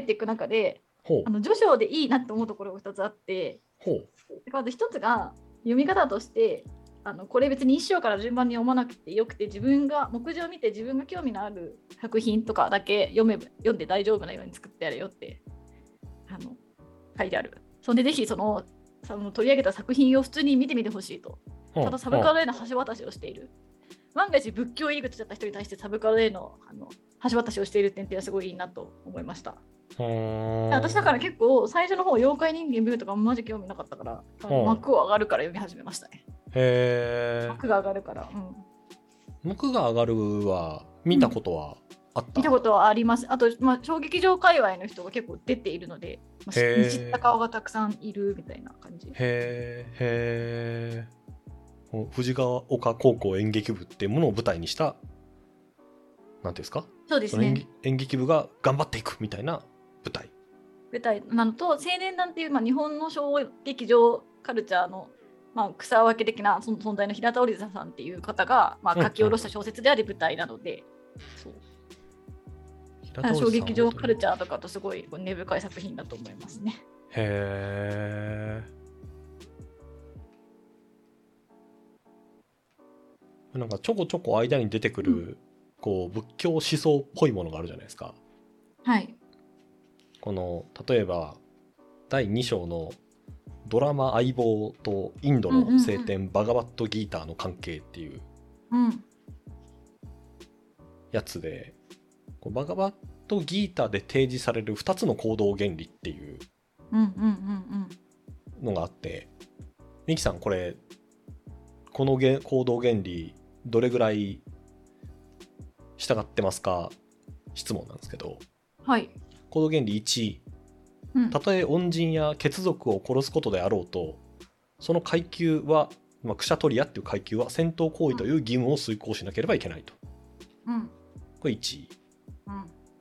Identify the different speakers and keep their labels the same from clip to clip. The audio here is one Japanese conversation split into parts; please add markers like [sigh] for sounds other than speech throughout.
Speaker 1: っていく中で
Speaker 2: ほう
Speaker 1: あの序章でいいなって思うところが2つあって
Speaker 2: ほう
Speaker 1: でまず1つが読み方としてあのこれ別に一章から順番に読まなくてよくて自分が目次を見て自分が興味のある作品とかだけ読めば読んで大丈夫なように作ってやるよってあの書いてある。そんでぜひそのその取り上げた作品を普通に見てみてほしいと。
Speaker 2: ほう
Speaker 1: ただサブカルへの橋渡しをしている。万が一仏教入り口だった人に対してサブカルへのあの橋渡しをしている点っていうのはすごいいいなと思いました。
Speaker 2: ほう
Speaker 1: 私だから結構最初の方妖怪人間見るとかマジ興味なかったから、あの
Speaker 2: うん
Speaker 1: 幕を上がるから読み始めましたね。
Speaker 2: へえ
Speaker 1: 幕が上がるから、うん
Speaker 2: 幕が上がるは見たことはあった、
Speaker 1: 見たことはあります。あと、まあ、小劇場界隈の人が結構出ているので、まあ、知
Speaker 2: へー
Speaker 1: った顔がたくさんいるみたいな感じ。
Speaker 2: へえへえ藤川岡高校演劇部っていうものを舞台にしたなんていうんですか
Speaker 1: そうです
Speaker 2: その演
Speaker 1: ね
Speaker 2: 劇。演劇部が頑張っていくみたいな舞台
Speaker 1: 舞台なのと青年団っていう、まあ、日本の小劇場カルチャーの、まあ、草分け的なそ存在の平田織田さんっていう方が、ま
Speaker 2: うん
Speaker 1: あ、書き下ろした小説であり舞台なので、そう
Speaker 2: 平
Speaker 1: あの小劇場カル
Speaker 2: ャー
Speaker 1: チャーとかとすごいこう根深い作品だと思いますね。
Speaker 2: へえなんかちょこちょこ間に出てくる、
Speaker 1: う
Speaker 2: こう仏教思想っぽいものがあるじゃないですか
Speaker 1: はい、
Speaker 2: この例えば第2章のドラマ「相棒」とインド
Speaker 1: うんうんう
Speaker 2: の
Speaker 1: ん
Speaker 2: 聖典バガバットギーターの関係っていう
Speaker 1: うん
Speaker 2: やつでこうバガバットギーターで提示される2つの行動原理っていう
Speaker 1: うんうんうん
Speaker 2: のがあってミキさんこれこのげ行動原理どれぐらい従ってますか質問なんですけど
Speaker 1: うんはい、
Speaker 2: 行動原理1
Speaker 1: うん
Speaker 2: たとえ恩人や血族を殺すことであろうとその階級は、まあ、クシャトリアっていう階級は戦闘行為という義務を遂行しなければいけないと
Speaker 1: うん
Speaker 2: これ1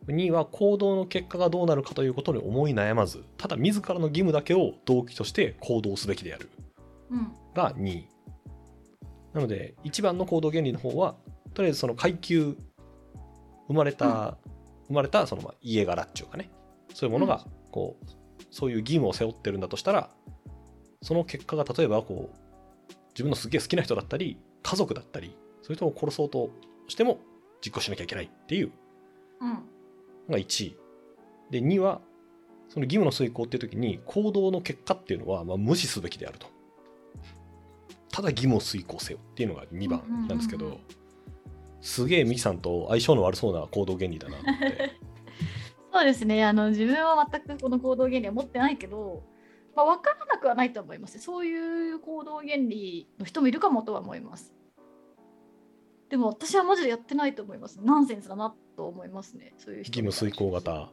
Speaker 1: うん
Speaker 2: 2は行動の結果がどうなるかということに思い悩まずただ自らの義務だけを動機として行動すべきである
Speaker 1: うん
Speaker 2: が2位なので1番の行動原理の方はとりあえずその階級生まれた、
Speaker 1: うん
Speaker 2: 生まれたそのまあ家柄っていうかねそういうもの
Speaker 1: うん
Speaker 2: がこうそういう義務を背負ってるんだとしたらその結果が例えばこう自分のすげえ好きな人だったり家族だったりそういう人を殺そうとしても実行しなきゃいけないっていう
Speaker 1: うん
Speaker 2: が1位で2はその義務の遂行っていう時に行動の結果っていうのはまあ無視すべきであるとただ義務を遂行せよっていうのが2番なんですけ
Speaker 1: うんうん
Speaker 2: ど
Speaker 1: うん
Speaker 2: すげえミキさんと相性の悪そうな行動原理だなって [laughs]
Speaker 1: そうですねあの自分は全くこの行動原理は持ってないけど、まあ、分からなくはないと思いますそういう行動原理の人もいるかもとは思いますでも私はマジでやってないと思いますナンセンスだなと思いますねそういう
Speaker 2: 義
Speaker 1: 人
Speaker 2: 務遂行型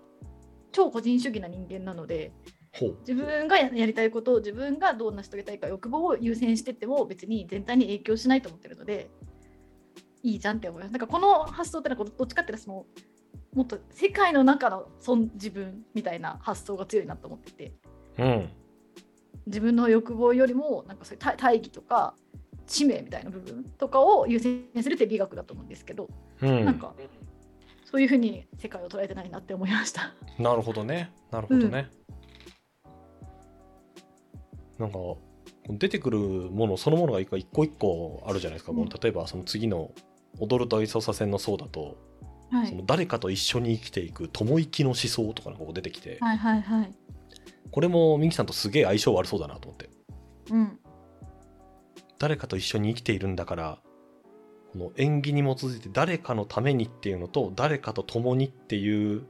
Speaker 1: 超個人主義な人間なので
Speaker 2: ほう
Speaker 1: 自分がややりたいことを自分がどう成し遂げたいか欲望を優先してっても別に全体に影響しないと思ってるのでいいじゃんって思いますなんかこの発想ってなんかどどっちかっていうとそのもっと世界の中の存自分みたいな発想が強いなと思ってて
Speaker 2: うん
Speaker 1: 自分の欲望よりもなんかそういう大大義とか使命みたいな部分とかを優先するって美学だと思うんですけど、
Speaker 2: うん
Speaker 1: なんかそういうふうに世界を捉えてないなって思いました。
Speaker 2: なるほどねなるほどね、なんか出てくるものそのものが一個一個一個あるじゃないですか、もう
Speaker 1: うん
Speaker 2: 例えばその次の「踊る大捜査線」のそうだと
Speaker 1: は
Speaker 2: そ
Speaker 1: い
Speaker 2: の誰かと一緒に生きていく共生きの思想とかなんかこう出てきて、
Speaker 1: はいはいはい。
Speaker 2: これもミキさんとすげえ相性悪そうだなと思って
Speaker 1: うん。
Speaker 2: 誰かと一緒に生きているんだからこの縁起に基づいて誰かのためにっていうのと誰かと共にっていう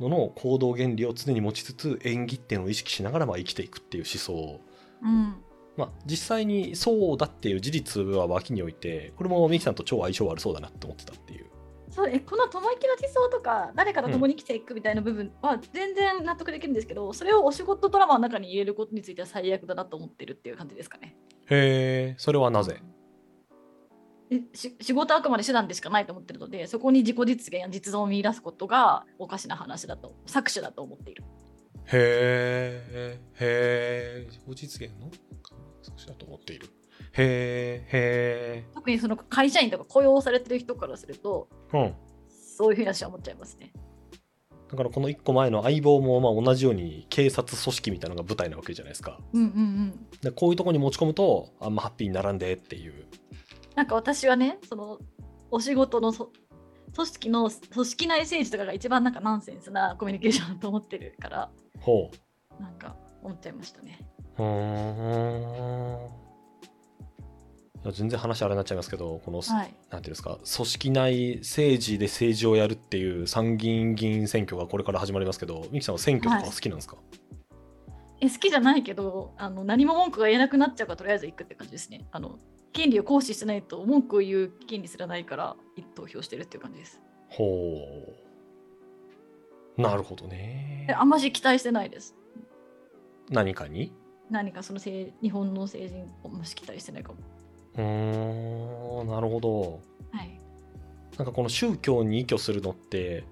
Speaker 2: のの行動原理を常に持ちつつ縁起っていうのを意識しながらまあ生きていくっていう思想
Speaker 1: うん。
Speaker 2: まあ実際にそうだっていう事実は脇に置いてこれもミキさんと超相性悪そうだなって思ってたっていう
Speaker 1: そうえこの共生きの思想とか誰かと共に生きていくみたいな部分は全然納得できるんですけど、それをお仕事ドラマの中に入れることについては最悪だなと思ってるっていう感じですかね。
Speaker 2: へえそれはなぜ
Speaker 1: えし仕事はあくまで手段でしかないと思ってるのでそこに自己実現や実存を見出すことがおかしな話だと搾取だと思っている。
Speaker 2: へえ、へえ、自己実現の作詞だと思っている。へえ、へ
Speaker 1: 特にその会社員とか雇用されてる人からすると
Speaker 2: え。うん。
Speaker 1: そういうふうに私は思っちゃいますね。
Speaker 2: だからこの1個前の相棒もまあ同じように警察組織みたいなのが舞台なわけじゃないですか。
Speaker 1: うんうんうん。
Speaker 2: でこういうとこに持ち込むとあんまハッピーにならんでっていう。
Speaker 1: なんか私はね、そのお仕事のそ組織の組織内政治とかが一番なんかナンセンスなコミュニケーションだと思ってるから、
Speaker 2: ほう。
Speaker 1: なんか思っちゃいましたね。
Speaker 2: うーんいや全然話あれになっちゃいますけどこの、
Speaker 1: はい。
Speaker 2: なんていうんですか組織内政治で政治をやるっていう参議院議員選挙がこれから始まりますけど三木さんは選挙とかは好きなんですか、
Speaker 1: え好きじゃないけどあの何も文句が言えなくなっちゃうからとりあえず行くって感じですねあの権利を行使してないと文句を言う権利すらないから投票してるっていう感じです
Speaker 2: ほうなるほど
Speaker 1: で
Speaker 2: ね
Speaker 1: あんまし期待してないです
Speaker 2: 何かに
Speaker 1: 何かそのせい日本の成人をあんまし期待してないかも
Speaker 2: うーんなるほど
Speaker 1: はい
Speaker 2: なんかこの宗教に依拠するのって、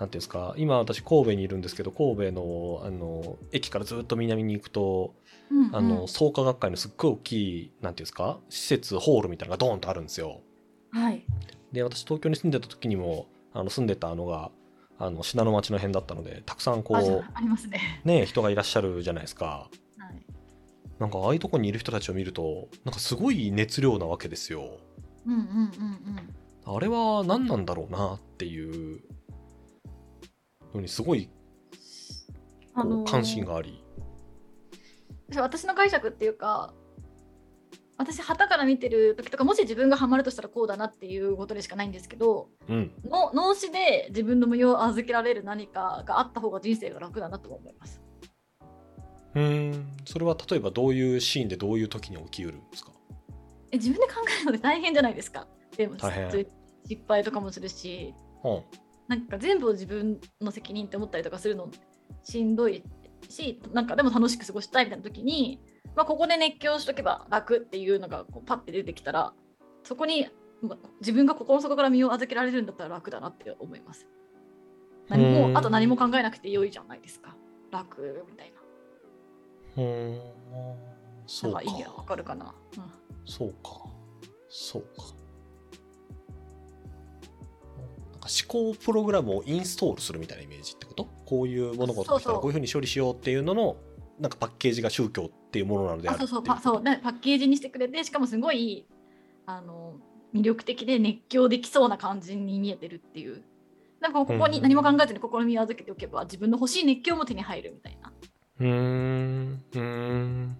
Speaker 2: なんていうんですか、今私神戸にいるんですけど、神戸の、あの、駅からずっと南に行くと、
Speaker 1: うんうん
Speaker 2: あの、創価学会のすっごい大きい、なんていうんですか、施設、ホールみたいなのがドーンとあるんですよ。
Speaker 1: はい
Speaker 2: で、私東京に住んでた時にも、あの、住んでたのが、あの、信濃町の辺だったので、たくさんこ
Speaker 1: あじゃ
Speaker 2: う
Speaker 1: あ、ありますね
Speaker 2: ね、人がいらっしゃるじゃないですか。
Speaker 1: はい
Speaker 2: なんかああいうとこにいる人たちを見ると、なんかすごい熱量なわけですよ。
Speaker 1: うんうんうんうん
Speaker 2: あれは何なんだろうなっていうのにすごいこう関心があり。
Speaker 1: そう私の解釈っていうか私旗から見てる時とかもし自分がハマるとしたらこうだなっていうことでしかないんですけど
Speaker 2: うん、
Speaker 1: の脳死で自分の無用を預けられる何かがあった方が人生が楽だなとも思います。
Speaker 2: うーんそれは例えばどういうシーンでどういう時に起きうるんですか
Speaker 1: え自分で考えるので大変じゃないですか。でも
Speaker 2: 大変
Speaker 1: そういう失敗とかもするし
Speaker 2: うん
Speaker 1: なんか全部を自分の責任って思ったりとかするのしんどいしなんかでも楽しく過ごしたいみたいな時に、まあ、ここで熱狂しとけば楽っていうのがこうパッて出てきたらそこにまあ自分が心の底から身を預けられるんだったら楽だなって思います。何
Speaker 2: うーん
Speaker 1: もあと何も考えなくて良いじゃないですか。楽みたいな。
Speaker 2: うーんそう
Speaker 1: な
Speaker 2: か
Speaker 1: んか意味はわかるかな。うん
Speaker 2: そうかそうかなんか思考プログラムをインストールするみたいなイメージってことこういう物事が来た
Speaker 1: そう
Speaker 2: ら
Speaker 1: そう
Speaker 2: こういうふうに処理しようっていうののなんかパッケージが宗教っていうものなのであ
Speaker 1: あ
Speaker 2: る
Speaker 1: そうそう
Speaker 2: ってい
Speaker 1: パそうねパッケージにしてくれてしかもすごいあの魅力的で熱狂できそうな感じに見えてるっていう。なんかここ
Speaker 2: う
Speaker 1: に
Speaker 2: ん
Speaker 1: 何も考えずに心に預けておけば自分の欲しい熱狂も手に入るみたいな、
Speaker 2: うーんうーん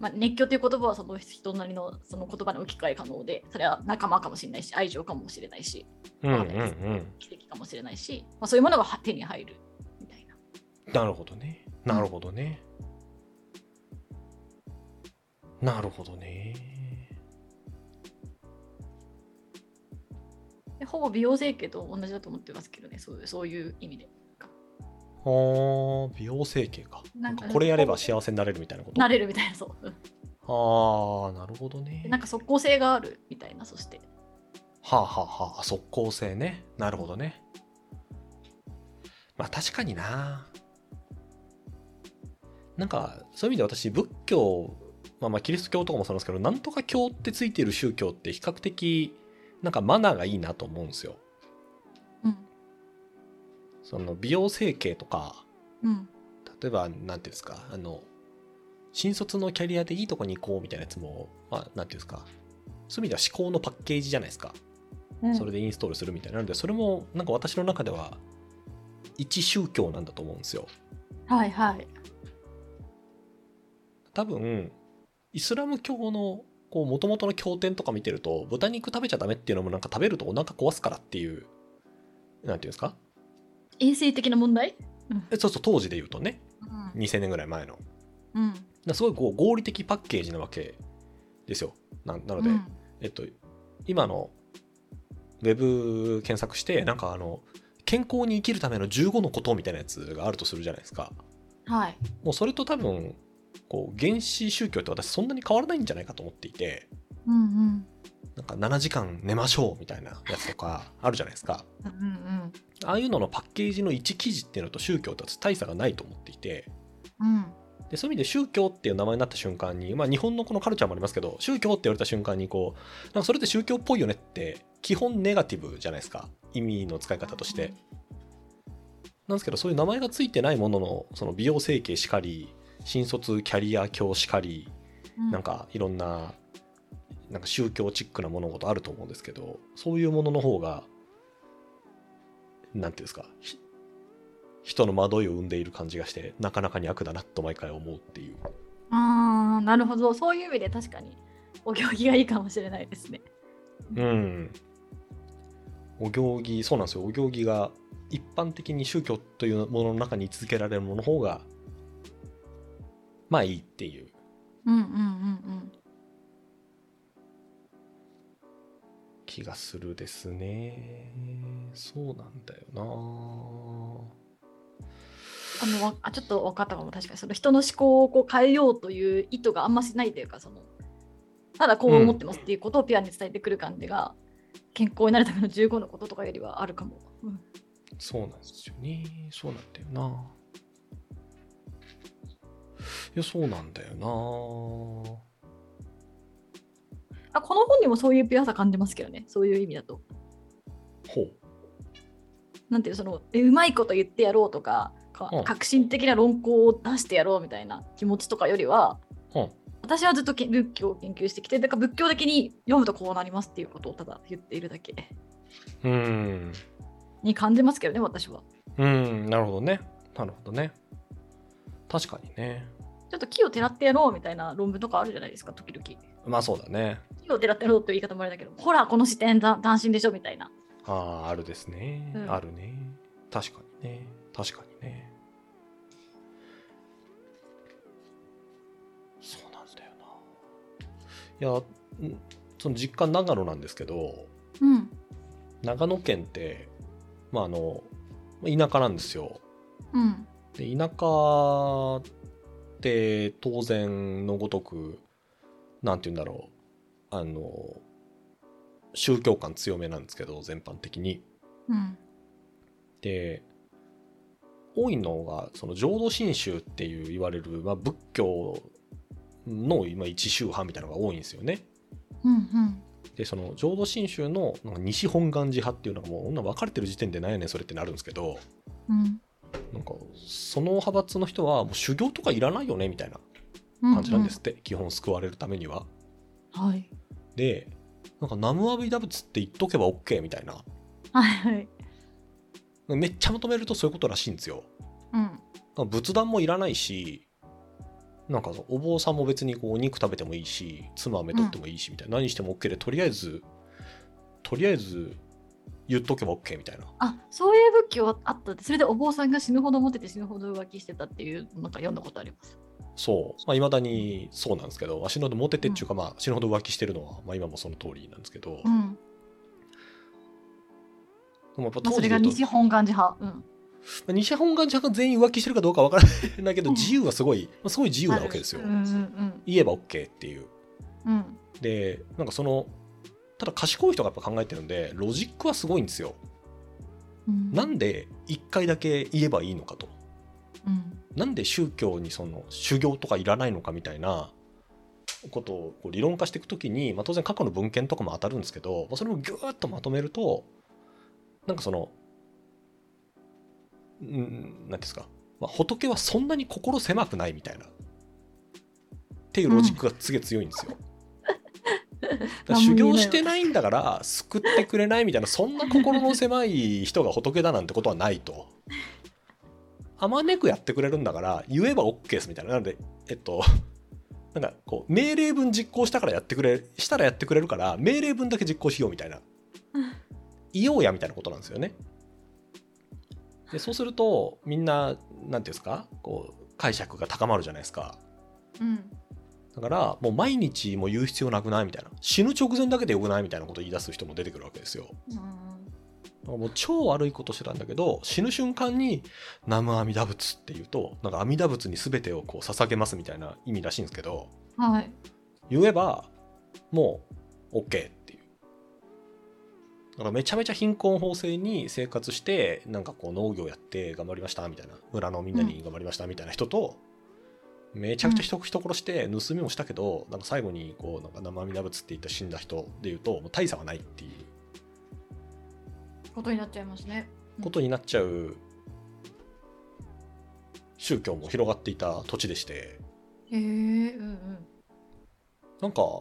Speaker 1: まあ、熱狂という言葉はその人なりのその言葉に置き換え可能でそれは仲間かもしれないし愛情かもしれないし
Speaker 2: うんうんうん
Speaker 1: 奇跡かもしれないし、まあ、そういうものがは手に入るみたいな
Speaker 2: なるほどね。なるほどね。なるほどね。
Speaker 1: でほぼ美容整形と同じだと思ってますけどねそういうそういう意味で
Speaker 2: あー美容整形か。
Speaker 1: な
Speaker 2: な
Speaker 1: んん
Speaker 2: か
Speaker 1: か
Speaker 2: これやれば幸せになれるみたいなこと。
Speaker 1: なれるみたいなそううん
Speaker 2: ああ、なるほどね
Speaker 1: で。なんか即効性があるみたいなそして
Speaker 2: はあ、はあはあ、即効性ね。なるほどね。まあ確かにな。なんかそういう意味で私仏教、まあ、まあキリスト教とかもそうなんですけどなんとか教ってついてる宗教って比較的なんかマナーがいいなと思うんですよ。
Speaker 1: うん
Speaker 2: その美容整形とか
Speaker 1: うん
Speaker 2: 例えば何ていうんですかあの新卒のキャリアでいいとこに行こうみたいなやつもまあ何ていうんですかそういう意味では思考のパッケージじゃないですか
Speaker 1: うん
Speaker 2: それでインストールするみたいなのでそれもなんか私の中では一宗教なんだと思うんですよ
Speaker 1: はいはい
Speaker 2: 多分イスラム教のこう元々の経典とか見てると豚肉食べちゃダメっていうのもなんか食べるとお腹壊すからっていうなんていうんですか
Speaker 1: 衛生的な問題
Speaker 2: えそうそう当時で言うとね
Speaker 1: うん
Speaker 2: 2000年ぐらい前の
Speaker 1: うん
Speaker 2: だからすごいこう合理的パッケージなわけですよ。ななので、
Speaker 1: うん
Speaker 2: えっと、今のウェブ検索して、なんかあの、健康に生きるための15のことみたいなやつがあるとするじゃないですか。
Speaker 1: はい
Speaker 2: もうそれと多分、こう、原始宗教って私そんなに変わらないんじゃないかと思っていて、
Speaker 1: うんうん
Speaker 2: なんか7時間寝ましょうみたいなやつとかあるじゃないですか。
Speaker 1: うんうん
Speaker 2: ああいうののパッケージの1記事っていうのと宗教とは大差がないと思っていて、
Speaker 1: うん
Speaker 2: でそういう意味で宗教っていう名前になった瞬間に、まあ、日本のこのカルチャーもありますけど宗教って言われた瞬間にこうなんかそれって宗教っぽいよねって基本ネガティブじゃないですか意味の使い方としてなんですけどそういう名前がついてないもののその美容整形しかり新卒キャリア教しかり
Speaker 1: うん
Speaker 2: なんかいろんななんか宗教チックな物事あると思うんですけどそういうものの方がなんていうんですかひ人の惑いを生んでいる感じがしてなかなかに悪だなと毎回思うっていう
Speaker 1: あーなるほどそういう意味で確かにお行儀がいいかもしれないですね。
Speaker 2: うん。お行儀、そうなんですよ。お行儀が一般的に宗教というものの中に位置づけられるものの方が、まあいいっていう。
Speaker 1: うんうんうん
Speaker 2: 気がするですね。そうなんだよな
Speaker 1: うん。あのわあちょっと分かったかも確かにその人の思考をこう変えようという意図があんましないというかそのただこう思ってますっていうことをピュアに伝えてくる感じが、健康になるための15のこととかよりはあるかも。うん
Speaker 2: そうなんですよね。そうなんだよな。いや、そうなんだよな。
Speaker 1: あこの本にもそういうピュアさ感じますけどねそういう意味だと。
Speaker 2: ほう。
Speaker 1: なんていうそのえうまいこと言ってやろうとかか
Speaker 2: うん
Speaker 1: 革新的な論考を出してやろうみたいな気持ちとかよりは、
Speaker 2: うん
Speaker 1: 私はずっとけ仏教を研究してきてだから仏教的に読むとこうなりますっていうことをただ言っているだけ
Speaker 2: うん。
Speaker 1: に感じますけどね私は
Speaker 2: うん、なるほどね。なるほどね。確かにね。
Speaker 1: ちょっと木をてらってやろうみたいな論文とかあるじゃないですか時々木
Speaker 2: まあそうだね。
Speaker 1: をてらってやろうという言い方もあれだけどほらこの視点だ斬新でしょみたいな
Speaker 2: ああ、あるですね、
Speaker 1: うん
Speaker 2: あるね。確かにね。確かにね。そうなんだよな。いや、んその実家長野なんですけど、
Speaker 1: うん
Speaker 2: 長野県って、まああの、田舎なんですよ。
Speaker 1: うん
Speaker 2: で田舎って当然のごとくなんて言うんだろうあの宗教感強めなんですけど全般的に。
Speaker 1: うん
Speaker 2: で多いのがその浄土真宗っていう言われる、まあ、仏教の今一宗派みたいなのが多いんですよね。
Speaker 1: うんうん
Speaker 2: でその浄土真宗のなんか西本願寺派っていうのがもう女分かれてる時点でなんやねんそれってなるんですけど
Speaker 1: うん
Speaker 2: なんかその派閥の人はもう修行とかいらないよねみたいな
Speaker 1: うん
Speaker 2: 感じなんですって、基本救われるためには。
Speaker 1: はい
Speaker 2: で、なんかナムアビダ仏って言っとけば OK みたいな。
Speaker 1: はいはい
Speaker 2: めっちゃ求めるとそういうことらしいんですよ。
Speaker 1: うん
Speaker 2: なんか仏壇もいらないし、なんかお坊さんも別にこうお肉食べてもいいし、妻飴取ってもいいしみたいな。何しても OK で、とりあえず、とりあえず言っとけば OK みたいな。
Speaker 1: あそういう仏教はあったってそれでお坊さんが死ぬほどモテて死ぬほど浮気してたっていうなんか読んだことあります。
Speaker 2: そう。まあ、未だにそうなんですけど、死ぬほどモテてっていうか、まあ、死ぬほど浮気してるのは、まあ、今もその通りなんですけど、
Speaker 1: う
Speaker 2: で
Speaker 1: ん
Speaker 2: もやっ
Speaker 1: まあ、
Speaker 2: ぱ当
Speaker 1: それ
Speaker 2: 時で
Speaker 1: が
Speaker 2: 言うと
Speaker 1: 西本願寺派。うん、
Speaker 2: まあ西本願寺派が全員浮気してるかどうかわからないけど
Speaker 1: うん
Speaker 2: 自由はすごい、まあすごい自由なわけですよ
Speaker 1: うんうん
Speaker 2: 言えば OK っていう
Speaker 1: うんうん
Speaker 2: でなんかそのただ賢い人がやっぱ考えてるんでロジックはすごいんですよ
Speaker 1: うん。
Speaker 2: なんで一回だけ言えばいいのかと
Speaker 1: うん
Speaker 2: なんで宗教にその修行とかいらないのかみたいなことをこう理論化していくときに、まあ、当然過去の文献とかも当たるんですけど、まあ、それをギューッとまとめるとなんかそのうん何ていうんですか、まあ、仏はそんなに心狭くないみたいなっていうロジックがすげえ強いんですよ。だから修行してないんだから救ってくれないみたいなそんな心の狭い人が仏だなんてことはないと。あまねくやってくれるんだから言えば OK ですみたいな。なので、えっと、なんかこう命令文実行したからやってくれ、したらやってくれるから命令文だけ実行しようみたいな。言おうやみたいなことなんですよね。で、そうするとみんな、なんていうんですか、こう解釈が高まるじゃないですか。
Speaker 1: うん
Speaker 2: だからもう毎日もう言う必要なくないみたいな。死ぬ直前だけでよくないみたいなことを言い出す人も出てくるわけですよ。
Speaker 1: うん
Speaker 2: なんかもう超悪いことしてたんだけど死ぬ瞬間に「南無阿弥陀仏」っていうとなんか阿弥陀仏に全てをこう捧げますみたいな意味らしいんですけど
Speaker 1: はい。
Speaker 2: 言えばもう OK っていうだからめちゃめちゃ貧困法制に生活してなんかこう農業やって頑張りましたみたいな村のみんなに頑張りましたみたいな人と、めちゃくちゃ人人殺して盗みもしたけど、なんか最後にこうなんか生阿弥陀仏って言った死んだ人でいうともう大差はないっていう
Speaker 1: ことになっちゃいますね。
Speaker 2: ことになっちゃう宗教も広がっていた土地でして
Speaker 1: へえうんうん
Speaker 2: なんか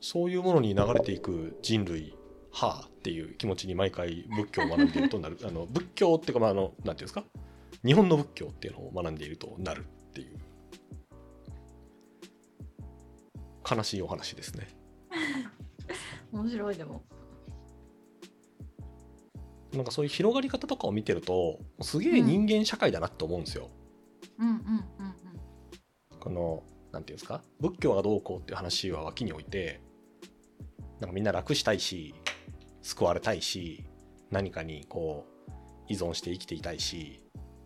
Speaker 2: そういうものに流れていく人類はあっていう気持ちに毎回仏教を学んでいるとなるあの仏教っていうかまああのなんていうんですか日本の仏教っていうのを学んでいるとなるっていう悲しいお話ですね
Speaker 1: 面白いでも
Speaker 2: なんかそういう広がり方とかを見てるとすげえ人間社会だなって思うんですよ、
Speaker 1: うんうんうんうん
Speaker 2: このなんていうんですか仏教がどうこうっていう話は脇に置いてなんかみんな楽したいし救われたいし何かにこう依存して生きていたいし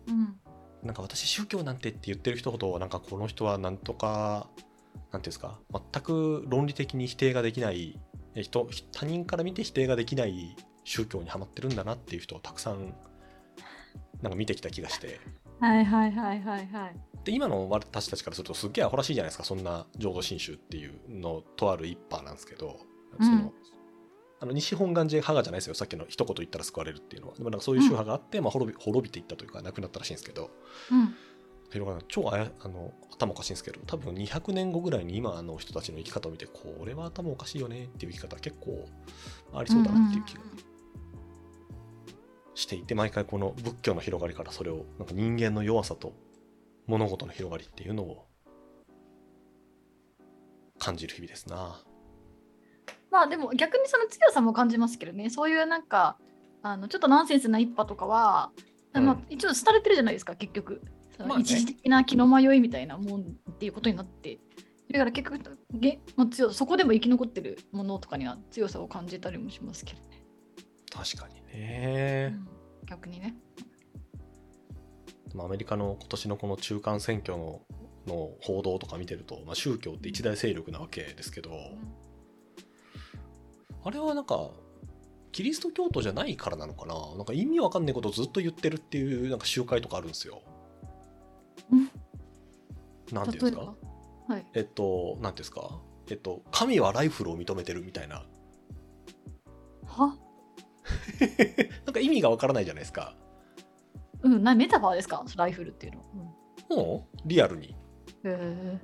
Speaker 1: うん
Speaker 2: なんか私宗教なんてって言ってる人ほどなんかこの人はなんとかなんていうんですか全く論理的に否定ができないえ人他人から見て否定ができない宗教にはまってるんだなっていう人をたくさんなんか見てきた気がして。
Speaker 1: はいはいはいはいはい
Speaker 2: で今の私たちからするとすっげえアホらしいじゃないですかそんな浄土真宗っていうのとある一派なんですけど、
Speaker 1: うん
Speaker 2: そのあの西本願寺派がじゃないですよさっきの一言言ったら救われるっていうのはでもなんかそういう宗派があって、まあ、滅び滅びていったというかなくなったらしいんですけど
Speaker 1: うん
Speaker 2: 広がらない超あやあの頭おかしいんですけど多分200年後ぐらいに今の人たちの生き方を見てこれは頭おかしいよねっていう生き方結構ありそうだなっていう気がしていて毎回この仏教の広がりからそれをなんか人間の弱さと物事の広がりっていうのを感じる日々ですな。
Speaker 1: まあでも逆にその強さも感じますけどねそういうなんかあのちょっとナンセンスな一派とかは、
Speaker 2: うん
Speaker 1: まあ一応廃れてるじゃないですか結局そ
Speaker 2: ま
Speaker 1: の
Speaker 2: あね
Speaker 1: 一時的な気の迷いみたいなもんっていうことになってだから結局げ、まあ、強さそこでも生き残ってるものとかには強さを感じたりもしますけどね、
Speaker 2: 確かに
Speaker 1: う
Speaker 2: ね、
Speaker 1: ん逆にね
Speaker 2: まあアメリカの今年のこの中間選挙のの報道とか見てると、まあ、宗教って一大勢力なわけですけど、あれはなんかキリスト教徒じゃないからなのかななんか意味わかんないことをずっと言ってるっていうなんか集会とかあるんですよ。
Speaker 1: うん
Speaker 2: なんていう
Speaker 1: 例え
Speaker 2: んです
Speaker 1: ば
Speaker 2: か
Speaker 1: はい
Speaker 2: えっとなんていうんですかえっと神はライフルを認めてるみたいな
Speaker 1: は
Speaker 2: なんか意味がわからないじゃないですか。
Speaker 1: うんなメタバーですかライフルっていうの、
Speaker 2: もうリアルに。
Speaker 1: うん、へ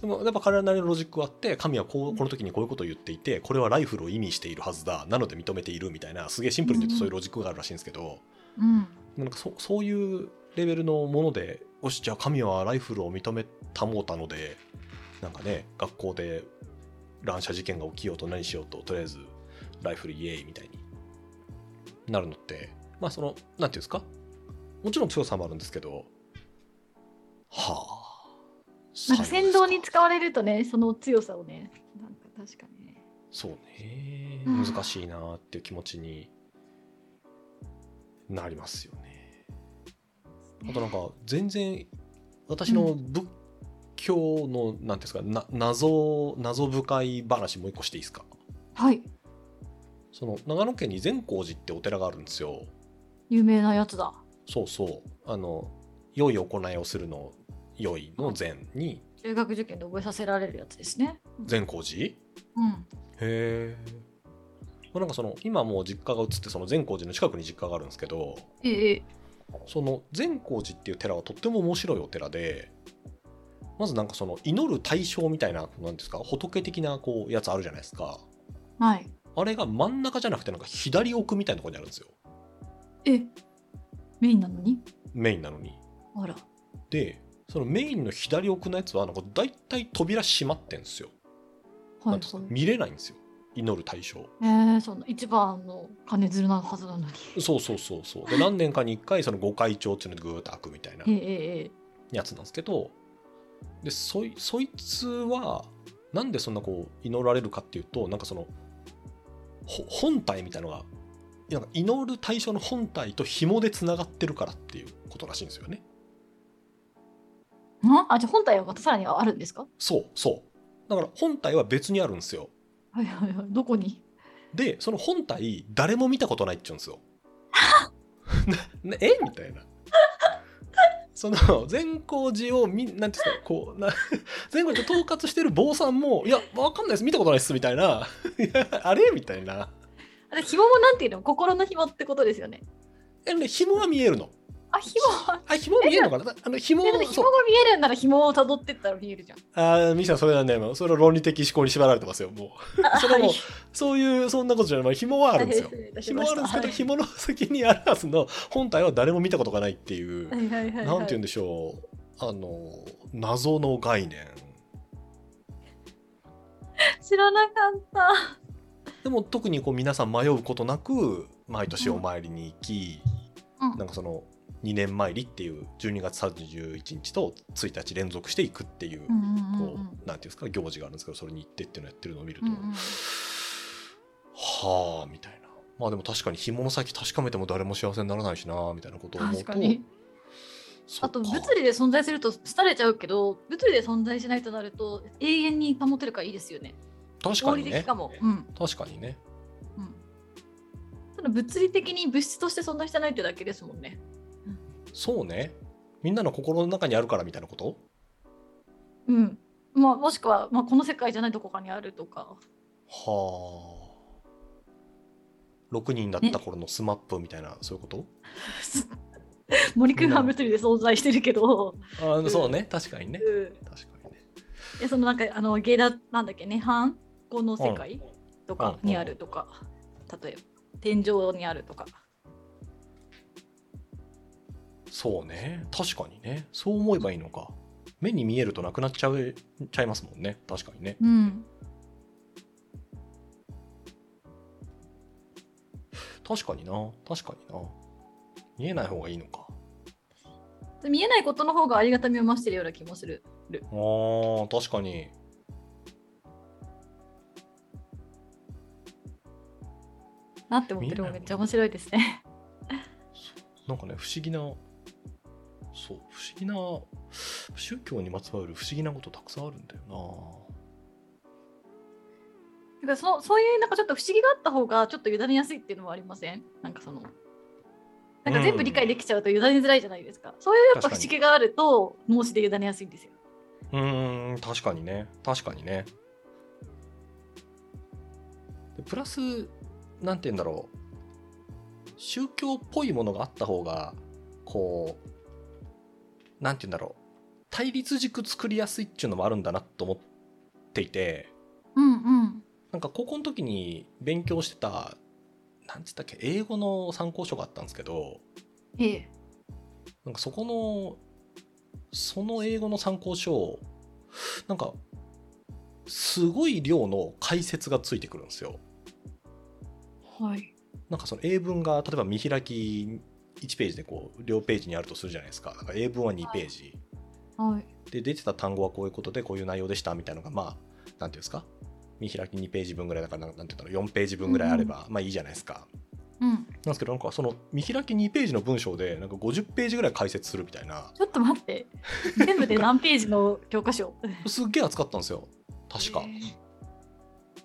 Speaker 2: でもやっぱ彼らなりのロジックはあって神はこうこの時にこういうことを言っていてこれはライフルを意味しているはずだなので認めているみたいなすげえシンプルに言うとそういうロジックがあるらしいんですけど。
Speaker 1: ーうん
Speaker 2: なんかそそういうレベルのものでよしじゃあ神はライフルを認めたもうたのでなんかね学校で乱射事件が起きようと何しようととりあえずライフルイエーイみたいになるのってまあそのなんていうんですかもちろん強さもあるんですけどはあ
Speaker 1: なんか先導に
Speaker 2: さようですか
Speaker 1: 使われるとねその強さをねなんか確かにね
Speaker 2: そうね
Speaker 1: うん
Speaker 2: 難しいなっていう気持ちになりますよね。あとなんか全然私の仏教のなんていうんですかな謎謎深い話もう一個していいですか
Speaker 1: はい
Speaker 2: その長野県に善光寺ってお寺があるんですよ
Speaker 1: 有名なやつだ
Speaker 2: そうそうあの良い行いをするの良いの善に
Speaker 1: 中学受験で覚えさせられるやつですね
Speaker 2: 善光寺へ
Speaker 1: うん
Speaker 2: えなんかその今もう実家が移ってその善光寺の近くに実家があるんですけど
Speaker 1: ええ
Speaker 2: その善光寺っていう寺はとっても面白いお寺でまずなんかその祈る対象みたいななんですか仏的なこうやつあるじゃないですか
Speaker 1: はい
Speaker 2: あれが真ん中じゃなくてなんか左奥みたいなところにあるんですよ
Speaker 1: えメインなのに
Speaker 2: メインなのに
Speaker 1: あら
Speaker 2: でそのメインの左奥のやつはなんか大体扉閉まってんですよ、
Speaker 1: は
Speaker 2: ないんていうん
Speaker 1: は
Speaker 2: ですか見れないんですよ祈る対象
Speaker 1: いええその一番の金づるなはずなのに
Speaker 2: そうそうそうそうで何年かに1回その御開帳っていうのでグーッと開くみたいな
Speaker 1: ええええ
Speaker 2: やつなんですけどでそいそいつはなんでそんなこう祈られるかっていうとなんかそのほ本体みたいのがなんか祈る対象の本体と紐でつながってるからっていうことらしいんですよね。
Speaker 1: えんあじゃあ本体はまたさらにあるんですか
Speaker 2: そうそうだから本体は別にあるんですよ
Speaker 1: はいはいはいどこに
Speaker 2: でその本体誰も見たことないっちゅうんですよ [laughs] ななえみたいなその善光寺をみなんていうんですかこうな [laughs] 善光寺を統括してる坊さんもいやわかんないです見たことないですみたいな [laughs] いやあれみたいな
Speaker 1: あれ紐もなんていうの心の紐ってことですよね
Speaker 2: えね紐は見えるの
Speaker 1: あ、紐は。
Speaker 2: あ紐は見えるのかなだあの紐
Speaker 1: えでも
Speaker 2: そ
Speaker 1: 紐
Speaker 2: う
Speaker 1: が見えるんなら紐を辿ってったら見えるじゃん。
Speaker 2: ああミシさんそれなんだよそれは論理的思考に縛られてますよもう [laughs] それはもう
Speaker 1: はい
Speaker 2: そういうそんなことじゃない、まあ、紐はあるんですよ
Speaker 1: 大変失礼いたし
Speaker 2: 紐
Speaker 1: ま
Speaker 2: は
Speaker 1: し
Speaker 2: あるん
Speaker 1: た
Speaker 2: ですけど紐の先にあるはずの本体は誰も見たことがないっていう
Speaker 1: はいはいはいはい
Speaker 2: なんて言うんでしょうあの謎の概念
Speaker 1: 知らなかった。
Speaker 2: でも特にこう皆さん迷うことなく毎年お参りに行き、
Speaker 1: うん
Speaker 2: なんかその2年参りっていう12月31日と1日連続して行くってい
Speaker 1: う
Speaker 2: う、
Speaker 1: ん
Speaker 2: こう
Speaker 1: うんうん
Speaker 2: なんていうんですか行事があるんですけどそれに行ってっていうのをやってるのを見ると、
Speaker 1: うんうん
Speaker 2: はあみたいなまあでも確かに紐の先確かめても誰も幸せにならないしなみたいなことを思う
Speaker 1: 確
Speaker 2: と
Speaker 1: かに。
Speaker 2: そ
Speaker 1: あ
Speaker 2: っ
Speaker 1: と
Speaker 2: か
Speaker 1: 物理で存在すると廃れちゃうけど、物理で存在しないとなると永遠に保てるからいいですよね。
Speaker 2: 確
Speaker 1: 合
Speaker 2: か
Speaker 1: 理
Speaker 2: に
Speaker 1: 的
Speaker 2: ね
Speaker 1: かも。うん。
Speaker 2: 確かにね
Speaker 1: うん。ただ物理的に物質として存在してないってだけですもんね。
Speaker 2: そうねみんなの心の中にあるからみたいなこと
Speaker 1: うん。まあもしくはまあこの世界じゃないどこかにあるとか。 [laughs]
Speaker 2: はあ6人だった頃のスマップみたいな、そういうこと
Speaker 1: 森君は物理で存在してるけど。
Speaker 2: あ
Speaker 1: ん
Speaker 2: そうね確かにね
Speaker 1: うん。
Speaker 2: 確かにね
Speaker 1: でそのなんかあのゲダなんだっけね半この世界とか
Speaker 2: うん
Speaker 1: にあるとか、例えば天井にあるとか
Speaker 2: そうね確かにねそう思えばいいのか目に見えるとなくなっちゃうちゃいますもんね確かにね
Speaker 1: うん
Speaker 2: 確かにな確かにな見えない方がいいのか
Speaker 1: 見えないことの方がありがたみを増してるような気もする
Speaker 2: あー確かに
Speaker 1: なって思ってるのがめっちゃ面白いですね [laughs]
Speaker 2: なんかね不思議なそう不思議な宗教にまつわる不思議なことたくさんあるんだよ
Speaker 1: だからそそういうなんかちょっと不思議があった方がちょっと委ねやすいっていうのもありませんなんかそのなんか全部理解できちゃうと委ねづらいじゃないですか、そういうやっぱ不思議があると脳死で委ねやすいんですよ
Speaker 2: なうーん確かにね確かにねでプラスなんて言うんだろう宗教っぽいものがあった方がこうなんて言うんだろう対立軸作りやすいっていうのもあるんだなと思っていて
Speaker 1: うんうん
Speaker 2: なんか高校の時に勉強してた、なんつったっけ、英語の参考書があったんですけど、
Speaker 1: ええ
Speaker 2: なんかそこの、その英語の参考書、なんか、すごい量の解説がついてくるんですよ。
Speaker 1: はい
Speaker 2: なんかその英文が、例えば見開き1ページでこう、両ページにあるとするじゃないですか。なんか英文は2ページ。
Speaker 1: はい
Speaker 2: で出てた単語はこういうことでこういう内容でしたみたいなのがまあなんていうんですか見開き2ページ分ぐらいだからなんなんていうんだろう4ページ分ぐらいあれば、まあいいじゃないですか。
Speaker 1: うん
Speaker 2: なんですけどなんかその見開き2ページの文章でなんか50ページぐらい解説するみたいな
Speaker 1: ちょっと待
Speaker 2: [laughs]
Speaker 1: って全部で何ページの教科書
Speaker 2: すっげえ扱ったんですよ確か
Speaker 1: え。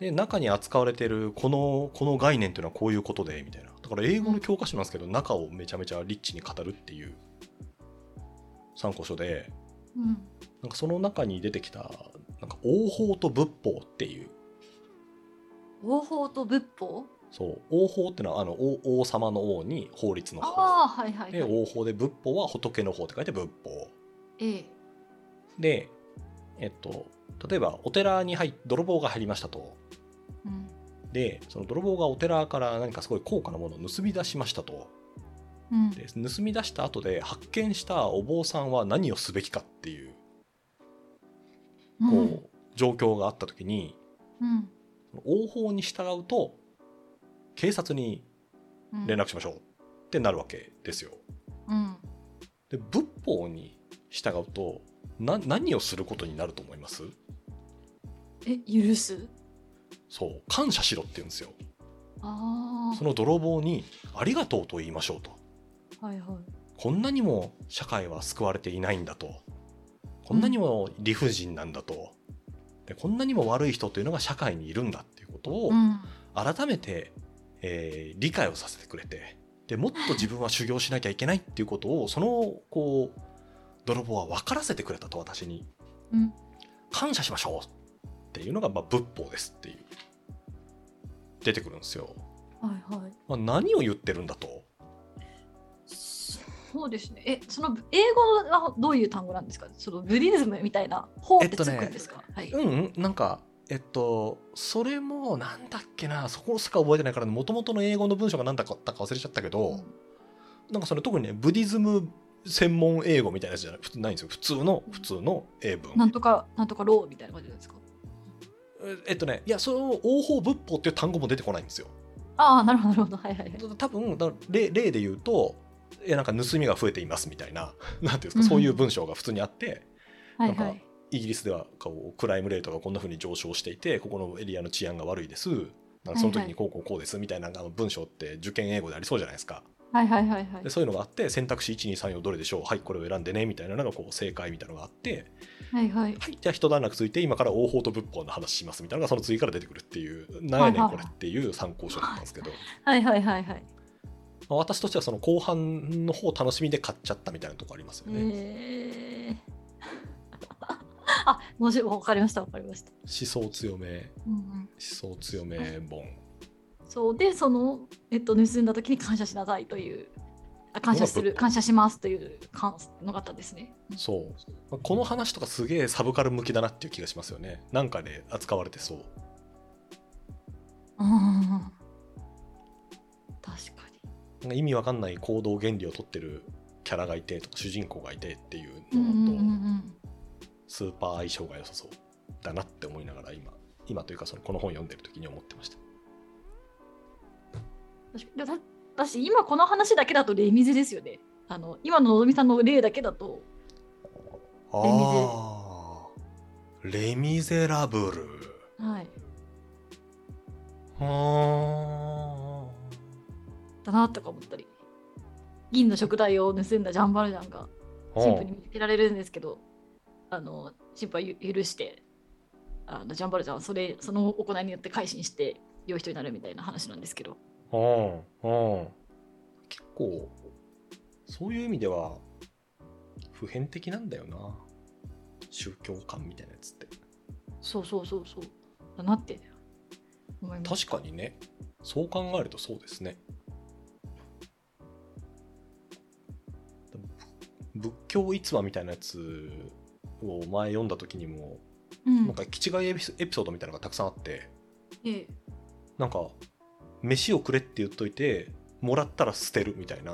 Speaker 1: え
Speaker 2: で中に扱われてるこのこの概念というのはこういうことでみたいなだから英語の教科書なんですけど中をめちゃめちゃリッチに語るっていう参考書で
Speaker 1: うん
Speaker 2: なんかその中に出てきたなんか王法と仏法っていう
Speaker 1: 王法と仏法
Speaker 2: そう王法ってのはあの王王様の王に法律の法
Speaker 1: ああはいはい
Speaker 2: で
Speaker 1: はい
Speaker 2: 王法で仏法は仏の法って書いて仏法
Speaker 1: ええ
Speaker 2: でえっと例えばお寺に入っ泥棒が入りましたと
Speaker 1: うん
Speaker 2: でその泥棒がお寺から何かすごい高価なものを盗み出しましたと
Speaker 1: うん
Speaker 2: で盗み出した後で発見したお坊さんは何をすべきかっていうこう状況があった時に
Speaker 1: うん
Speaker 2: 王法に従うと警察に
Speaker 1: うん
Speaker 2: 連絡しましょうってなるわけですよ。
Speaker 1: うん
Speaker 2: で仏法に従うとな何をすることになると思います
Speaker 1: え許す
Speaker 2: そう感謝しろって言うんですよ
Speaker 1: あ
Speaker 2: その泥棒にありがとうと言いましょうと
Speaker 1: あはいはい
Speaker 2: こんなにも社会は救われていないんだとこんなにも理不尽なんだとでこんなにも悪い人というのが社会にいるんだっていうことを
Speaker 1: うん
Speaker 2: 改めて、えー理解をさせてくれてでもっと自分は修行しなきゃいけないっていうことをそのこう泥棒は分からせてくれたと私に
Speaker 1: うん
Speaker 2: 感謝しましょうっていうのがまあ仏法ですっていう出てくるんですよ、
Speaker 1: はいはい
Speaker 2: まあ、何を言ってるんだと
Speaker 1: そうですね。え、その英語はどういう単語なんですかそのブリズムみたいな方ってつくんですか、
Speaker 2: う
Speaker 1: はい。
Speaker 2: んうんなんかえっとそれもなんだっけなそこしか覚えてないからもともとの英語の文章が何だったか忘れちゃったけど、
Speaker 1: うん
Speaker 2: なんかそれ特にねブディズム専門英語みたいなやつじゃない普通ないんですよ普通の普通の英文
Speaker 1: なんとか、なんとかローみたいな感じなんですか
Speaker 2: えっとねいやその応報仏法っていう単語も出てこないんですよ
Speaker 1: ああ、なるほど、なるほど。はいはいはい。
Speaker 2: 多分だから例例で言うといやなんか盗みが増えていますみたいな [laughs] なんていうんですか、
Speaker 1: うん
Speaker 2: そういう文章が普通にあって
Speaker 1: は
Speaker 2: ないんか
Speaker 1: はい。
Speaker 2: イギリスではこうクライムレートがこんな風に上昇していてここのエリアの治安が悪いですなんかその時にこうこうこうですみたいなあの文章って受験英語でありそうじゃないですか
Speaker 1: はいはいはいはい
Speaker 2: で。そういうのがあって選択肢1234どれでしょうはいこれを選んでねみたいなのがこう正解みたいなのがあって
Speaker 1: はいはい。
Speaker 2: はいじゃあ一段落ついて今から応報と仏法の話しますみたいなのがその次から出てくるっていう何やねんこれっていう参考書だったんですけど、
Speaker 1: はいはいはいはい。
Speaker 2: まあ私としてはその後半の方を楽しみで買っちゃったみたいなとこありますよね、
Speaker 1: えー。 [laughs] あ、もし、わかりました、わかりました。
Speaker 2: 思想強め
Speaker 1: うんうん
Speaker 2: 思想強め本
Speaker 1: そうで、その、えっと、盗んだ時に感謝しなさいという。あ感謝す
Speaker 2: う
Speaker 1: る、
Speaker 2: まく
Speaker 1: 感謝しますという、感の方ですね。
Speaker 2: そうまあこの話とかすげえサブカル向きだなっていう気がしますよねなんかで扱われてそう
Speaker 1: うんうんうん。確かに。
Speaker 2: なんか意味わかんない行動原理を取ってるキャラがいてとか主人公がいてっていう
Speaker 1: うんうんうんう
Speaker 2: のと
Speaker 1: ん。
Speaker 2: スーパー相性が良さそうだなって思いながら今今というかそのこの本読んでる時に思ってました
Speaker 1: 確かにでもだ私今この話だけだとレミゼですよねあの今ののぞみさんの例だけだと
Speaker 2: あーレミゼラブル
Speaker 1: はい
Speaker 2: は
Speaker 1: だなとか思ったり銀の食材を盗んだジャンバルジャンが神父に見つけられるんですけどあの神父はゆ許してあのジャンバルジャンはそれその行いによって改心して良い人になるみたいな話なんですけど
Speaker 2: うんうん結構そういう意味では普遍的なんだよな宗教観みたいなやつって
Speaker 1: そうそうそうそうだなって思います
Speaker 2: 確かにねそう考えるとそうですねぶ仏教逸話みたいなやつを前読んだ時にも
Speaker 1: うん
Speaker 2: なんか気違いエピソエピソードみたいなのがたくさんあって
Speaker 1: ええ
Speaker 2: なんか飯をくれって言っといてもらったら捨てるみた
Speaker 1: [laughs]
Speaker 2: いな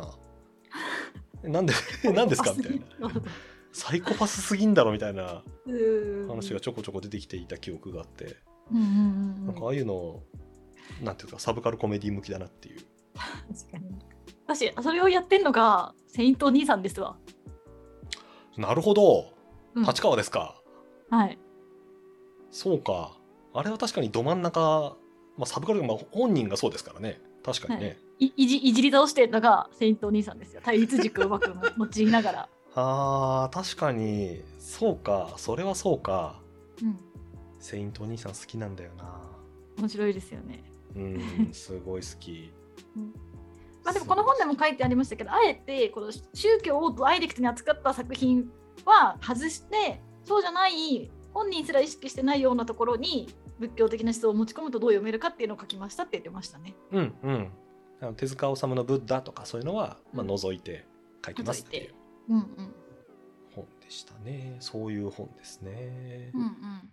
Speaker 2: なんで [laughs] なんですかみたいなサイコパスすぎんだろみたいな
Speaker 1: うん
Speaker 2: 話がちょこちょこ出てきていた記憶があって、
Speaker 1: うんうんうんう
Speaker 2: なん
Speaker 1: ん
Speaker 2: かああいうのなんていうかサブカルコメディ向きだなっていう
Speaker 1: 確かに私それをやってんのがセイントお兄さんですわ、
Speaker 2: なるほど
Speaker 1: うん
Speaker 2: 立川ですか、
Speaker 1: はい
Speaker 2: そうかあれは確かにど真ん中、まあ、サブカル、まあ、本人がそうですからね確かにね、
Speaker 1: いいじいじり倒してんのがセイントお兄さんですよ対立軸をうまく
Speaker 2: [laughs]
Speaker 1: 用いながら、
Speaker 2: あー確かにそうかそれはそうか
Speaker 1: うん、
Speaker 2: セイントお兄さん好きなんだよな
Speaker 1: 面白いですよね
Speaker 2: うん、すごい好き。
Speaker 1: うんまあでもこの本でも書いてありましたけどあえてこの宗教をダイレクトに扱った作品は外してそうじゃない本人すら意識してないようなところに仏教的な思想を持ち込むとどう読めるかっていうのを書きましたって言ってましたね。
Speaker 2: うんうん。あの手塚治虫のブッダとかそういうのは、まあ、
Speaker 1: うん
Speaker 2: 除いて書いてますってい
Speaker 1: 除いううんうん
Speaker 2: 本でしたね。そういう本ですね。
Speaker 1: うんうん